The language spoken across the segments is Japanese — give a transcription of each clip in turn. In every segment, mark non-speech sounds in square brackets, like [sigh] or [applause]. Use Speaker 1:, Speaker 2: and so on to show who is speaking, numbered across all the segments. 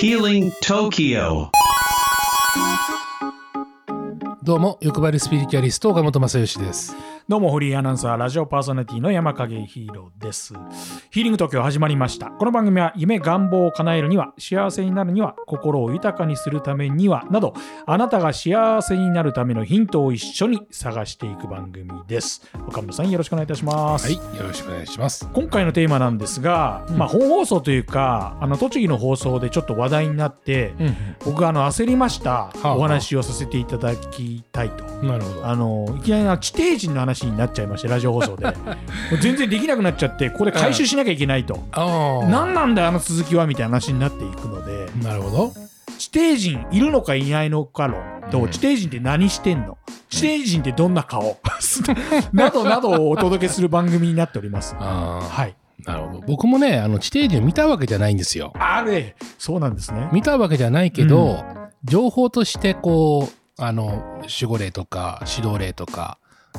Speaker 1: Healing Tokyo.
Speaker 2: どうも欲張りスピリチュアリスト岡本正義です
Speaker 3: どうも、フリーアナウンサー、ラジオパーソナリティの山影ヒーローです。ヒーリング東京始まりました。この番組は、夢、願望を叶えるには、幸せになるには、心を豊かにするためには、など、あなたが幸せになるためのヒントを一緒に探していく番組です。岡本さん、よろしくお願いいたします。
Speaker 2: はいよろしくお願いします
Speaker 3: 今回のテーマなんですが、まあ、本放送というか、あの栃木の放送でちょっと話題になって、
Speaker 2: うん
Speaker 3: 僕があの焦りました
Speaker 2: あはあ
Speaker 3: お話をさせていただきたいと。
Speaker 2: なるほど
Speaker 3: あのいきなりな地底人の話になっちゃいましてラジオ放 [laughs] 送でもう全然できなくなっちゃってここで回収しなきゃいけないと、
Speaker 2: あー
Speaker 3: 何なんだよあの続きはみたいな話になっていくので
Speaker 2: なるほど
Speaker 3: 地底人いるのかいないのか論と、
Speaker 2: うん
Speaker 3: 地底人って何してんの地底人ってどんな [laughs] 顔などなどをお届けする番組になっております。
Speaker 2: あ
Speaker 3: はい、
Speaker 2: ーなるほど僕もねあの地底人見たわけじゃないんですよ
Speaker 3: あれそうなんですね。
Speaker 2: 見たわけじゃないけど、情報としてこうあの守護霊とか指導霊とか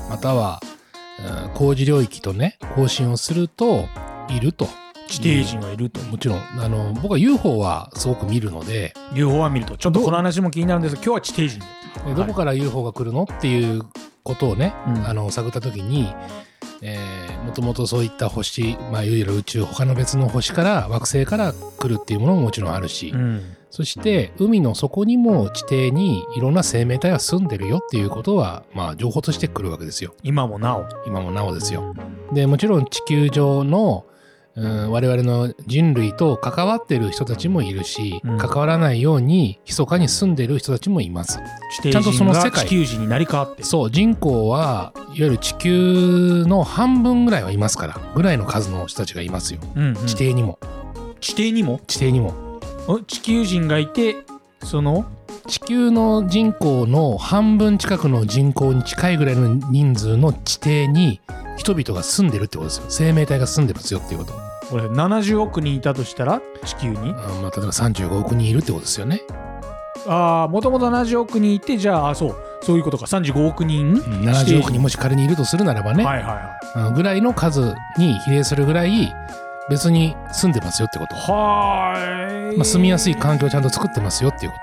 Speaker 2: または、うん工事領域とね更新をするといると
Speaker 3: 地底人がいると
Speaker 2: もちろんあの僕は UFO はすごく見るので
Speaker 3: 両方は見るとちょっとこの話も気になるんですが今日は地底人、
Speaker 2: でどこから UFO が来るのっていうことをね、
Speaker 3: うん
Speaker 2: あの探った時に、えー、もともとそういった星、まあ、いわゆる宇宙他の別の星から惑星から来るっていうものももちろんあるし、
Speaker 3: うん
Speaker 2: そして海の底にも地底にいろんな生命体は住んでるよっていうことは、まあ、情報として来るわけですよ
Speaker 3: 今もなお
Speaker 2: 今もなおですよ。でもちろん地球上のうん我々の人類と関わってる人たちもいるし、
Speaker 3: うん
Speaker 2: 関わらないように密かに住んでる人たちもいます。
Speaker 3: 地
Speaker 2: ちゃ
Speaker 3: 底
Speaker 2: んと
Speaker 3: 人
Speaker 2: その
Speaker 3: が
Speaker 2: 世界
Speaker 3: 地球人に成り変わって
Speaker 2: そう人口はいわゆる地球の半分ぐらいはいますからぐらいの数の人たちがいますよ
Speaker 3: うんうん
Speaker 2: 地底にも、
Speaker 3: 地底にも
Speaker 2: 地底にも
Speaker 3: お地球人がいてその
Speaker 2: 地球の人口の半分近くの人口に近いぐらいの人数の地底に人々が住んでるってことですよ生命体が住んでますよっていうこと、
Speaker 3: これ70億人いたとしたら地球に
Speaker 2: うんまあ、例えば35億人いるってことですよね、
Speaker 3: ああもともと70億人いてじゃああそうそういうことか35億人、
Speaker 2: うん70億人もし仮にいるとするならばね、
Speaker 3: はいはいはい
Speaker 2: うんぐらいの数に比例するぐらい別に住んでますよってこと
Speaker 3: はーい、
Speaker 2: まあ、住みやすい環境をちゃんと作ってますよっていうこ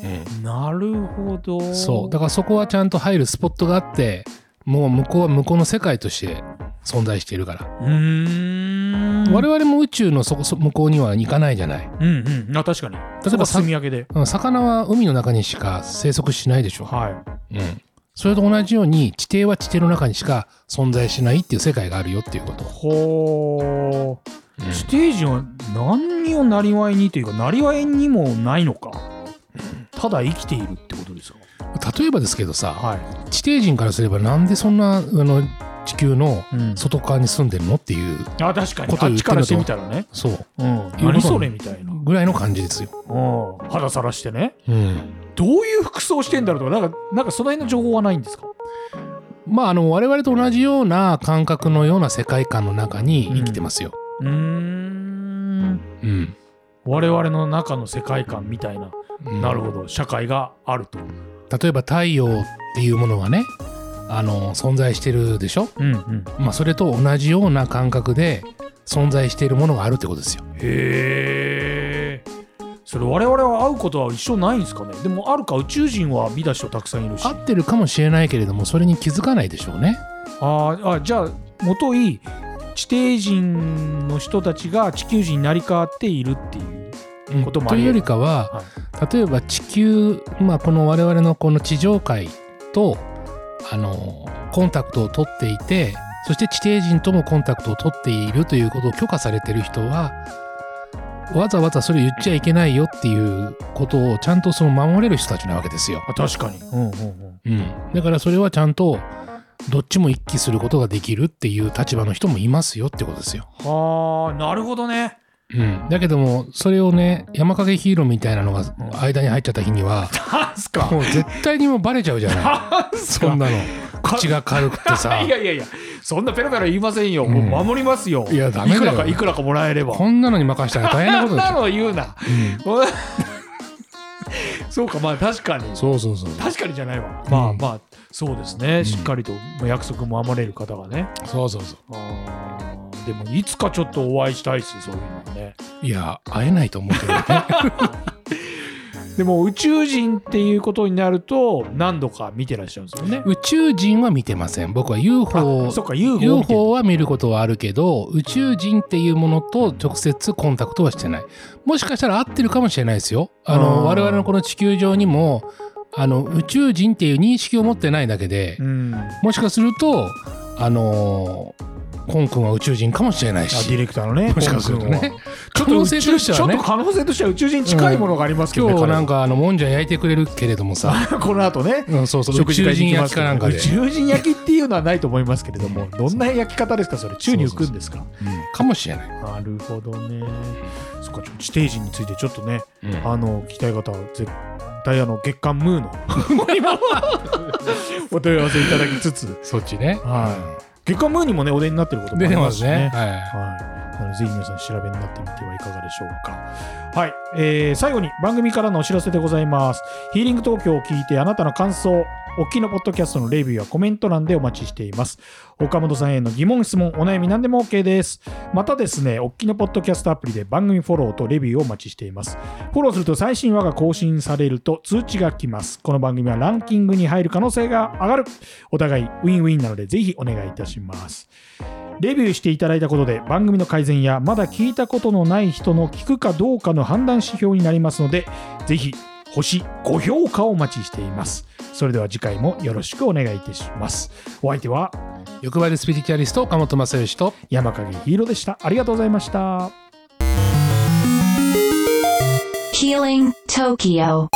Speaker 2: と、
Speaker 3: なるほど
Speaker 2: そうだからそこはちゃんと入るスポットがあってもう向こうは向こうの世界として存在しているから、
Speaker 3: うーん
Speaker 2: 我々も宇宙のそこそ向こうには行かないじゃない
Speaker 3: うんうんあ確かに例
Speaker 2: えばさ
Speaker 3: 住み分けで
Speaker 2: うん魚は海の中にしか生息しないでしょ、
Speaker 3: はい
Speaker 2: うん、それと同じように地底は地底の中にしか存在しないっていう世界があるよっていうこと、
Speaker 3: ほー地底人は何にをなりわいにというかなりわいにもないのかただ生きているってことですか
Speaker 2: 例えばですけどさ、
Speaker 3: は
Speaker 2: 地底人からすればなんでそんなあの地球の
Speaker 3: い、うん、
Speaker 2: 外側に住んでるのっていう
Speaker 3: あ確かに
Speaker 2: こと
Speaker 3: あ
Speaker 2: を言
Speaker 3: っ
Speaker 2: ってる
Speaker 3: ち
Speaker 2: と
Speaker 3: からしてみたらね、
Speaker 2: そう
Speaker 3: う
Speaker 2: い
Speaker 3: ん、
Speaker 2: うこと
Speaker 3: 何それみたいな、
Speaker 2: ぐらいの感じですよ、
Speaker 3: うん、肌さらしてね
Speaker 2: うん、
Speaker 3: どういう服装してんだろうとかなんかなんかその辺の情報はないんですか
Speaker 2: まあ、あの我々と同じような感覚のような世界観の中に生きてますよ。
Speaker 3: うーん
Speaker 2: うん
Speaker 3: 我々の中の世界観みたいな、
Speaker 2: うん
Speaker 3: なるほど社会があると、うん
Speaker 2: 例えば太陽っていうものがねあの存在してるでしょ、
Speaker 3: うん、
Speaker 2: まあ、それと同じような感覚で存在しているものがあるってことですよ。
Speaker 3: へえそれ我々は会うことは一生ないんですかねでもあるか宇宙人は見た人たくさんいるし
Speaker 2: 合ってるかもしれないけれどもそれに気づかないでしょうね。
Speaker 3: あーあじゃあもとい地底人の人たちが地球人になり変わっているっていう
Speaker 2: うん
Speaker 3: こともあ
Speaker 2: と
Speaker 3: り
Speaker 2: いう
Speaker 3: え
Speaker 2: よ
Speaker 3: る
Speaker 2: りかは、
Speaker 3: は
Speaker 2: 例えば地球、まあ、この我々のこの地上界とあのコンタクトを取っていてそして地底人ともコンタクトを取っているということを許可されてる人はわざわざそれ言っちゃいけないよっていうことをちゃんとその守れる人たちなわけですよ。
Speaker 3: あ確かに、うんうん
Speaker 2: うん、だからそれはちゃんとどっちも一気することができるっていう立場の人もいますよってことですよ。
Speaker 3: うん、はあなるほどね
Speaker 2: うん、だけどもそれをね山影ヒーローみたいなのが間に入っちゃった日には
Speaker 3: なんすか
Speaker 2: もう絶対にもうバレちゃうじゃ
Speaker 3: [laughs]
Speaker 2: ない
Speaker 3: なんす
Speaker 2: そん
Speaker 3: か
Speaker 2: なの口が軽くてさ
Speaker 3: いやいやいやそんなペラペラ言いませんよ、
Speaker 2: うん
Speaker 3: もう守りますよ
Speaker 2: いやダメだよ
Speaker 3: くらかいくらかもらえれば
Speaker 2: こんなのに任せたら大変な
Speaker 3: そ
Speaker 2: こ
Speaker 3: ん
Speaker 2: とでし
Speaker 3: な
Speaker 2: ょ、
Speaker 3: の言うな [laughs]
Speaker 2: うん
Speaker 3: うんそうかまあ確かに
Speaker 2: そうそうそう
Speaker 3: 確かにじゃないわまあ
Speaker 2: うん
Speaker 3: まあそうですね、しっかりとまあ約束も守れる方がね
Speaker 2: そうそうそうそう
Speaker 3: あーでもいつかちょっとお会いしたいですそういうのね
Speaker 2: いや会えないと思うけど
Speaker 3: [laughs]
Speaker 2: ね
Speaker 3: でも宇宙人っていうことになると何度か見てらっしゃるんですよね。
Speaker 2: 宇宙人は見てません僕は UFO
Speaker 3: あそっか UFO を見てる
Speaker 2: UFO は見ることはあるけど宇宙人っていうものと直接コンタクトはしてないもしかしたら合ってるかもしれないですよあ
Speaker 3: あー
Speaker 2: の我々のこの地球上にもあの宇宙人っていう認識を持ってないだけで
Speaker 3: うん、あ
Speaker 2: もしかするとあのーコン君は宇宙人かもしれない
Speaker 3: ディ
Speaker 2: し
Speaker 3: レクターのね、
Speaker 2: もしかすると
Speaker 3: コン
Speaker 2: ね
Speaker 3: 君は
Speaker 2: ちょっ
Speaker 3: ち
Speaker 2: と
Speaker 3: ょっと
Speaker 2: 運勢としては
Speaker 3: ちょ
Speaker 2: ね
Speaker 3: っと可能性としては宇宙人に近いものがありますけど、ね
Speaker 2: 今日なん
Speaker 3: か
Speaker 2: かあのもんじゃ焼いてくれるけれどもさ、
Speaker 3: この後ね。
Speaker 2: うん、 [laughs] そうそう宇
Speaker 3: 食事
Speaker 2: 宙
Speaker 3: 会に
Speaker 2: 人
Speaker 3: 行きま
Speaker 2: 焼き
Speaker 3: すけ
Speaker 2: か
Speaker 3: ど
Speaker 2: なんかで
Speaker 3: 宇、宙人焼きっていうのはないと思いますけれども、どんな焼き方ですか、それ、宙に浮くんですか。
Speaker 2: うんかもしれない、
Speaker 3: なるほどね。そっか、ちょっと地底人についてちょっとね、
Speaker 2: うん
Speaker 3: あの、聞きたい方は絶対あの、月間ムー
Speaker 2: [laughs]
Speaker 3: のお問い合わせいただきつつ、
Speaker 2: そっちね
Speaker 3: は月間ムーにもね、お出になってることもあ
Speaker 2: 出
Speaker 3: り
Speaker 2: て
Speaker 3: ま
Speaker 2: ますす
Speaker 3: し
Speaker 2: ね
Speaker 3: ね。
Speaker 2: は、
Speaker 3: はい、なのでぜひ皆さん調べになってみてはいかがでしょうか。はい、えー最後に番組からのお知らせでございます。ヒーリング東京を聞いてあなたの感想、おっきのポッドキャストのレビューやコメント欄でお待ちしています。岡本さんへの疑問、質問、お悩み何でも OK です。またですね、おっきのポッドキャストアプリで番組フォローとレビューをお待ちしています。フォローすると最新話が更新されると通知が来ます。この番組はランキングに入る可能性が上がる。お互いウィンウィンなのでぜひお願いいたします。レビューしていただいたことで番組の改善やまだ聞いたことのない人の聞くかどうかの判断指標になりますのでぜひ星5評価をお待ちしていますそれでは次回もよろしくお願いいたしますお相手はい
Speaker 2: 欲張りスピリチュアリスト岡本正義と
Speaker 3: 山影ヒーローでしたありがとうございました
Speaker 4: Healing Tokyo.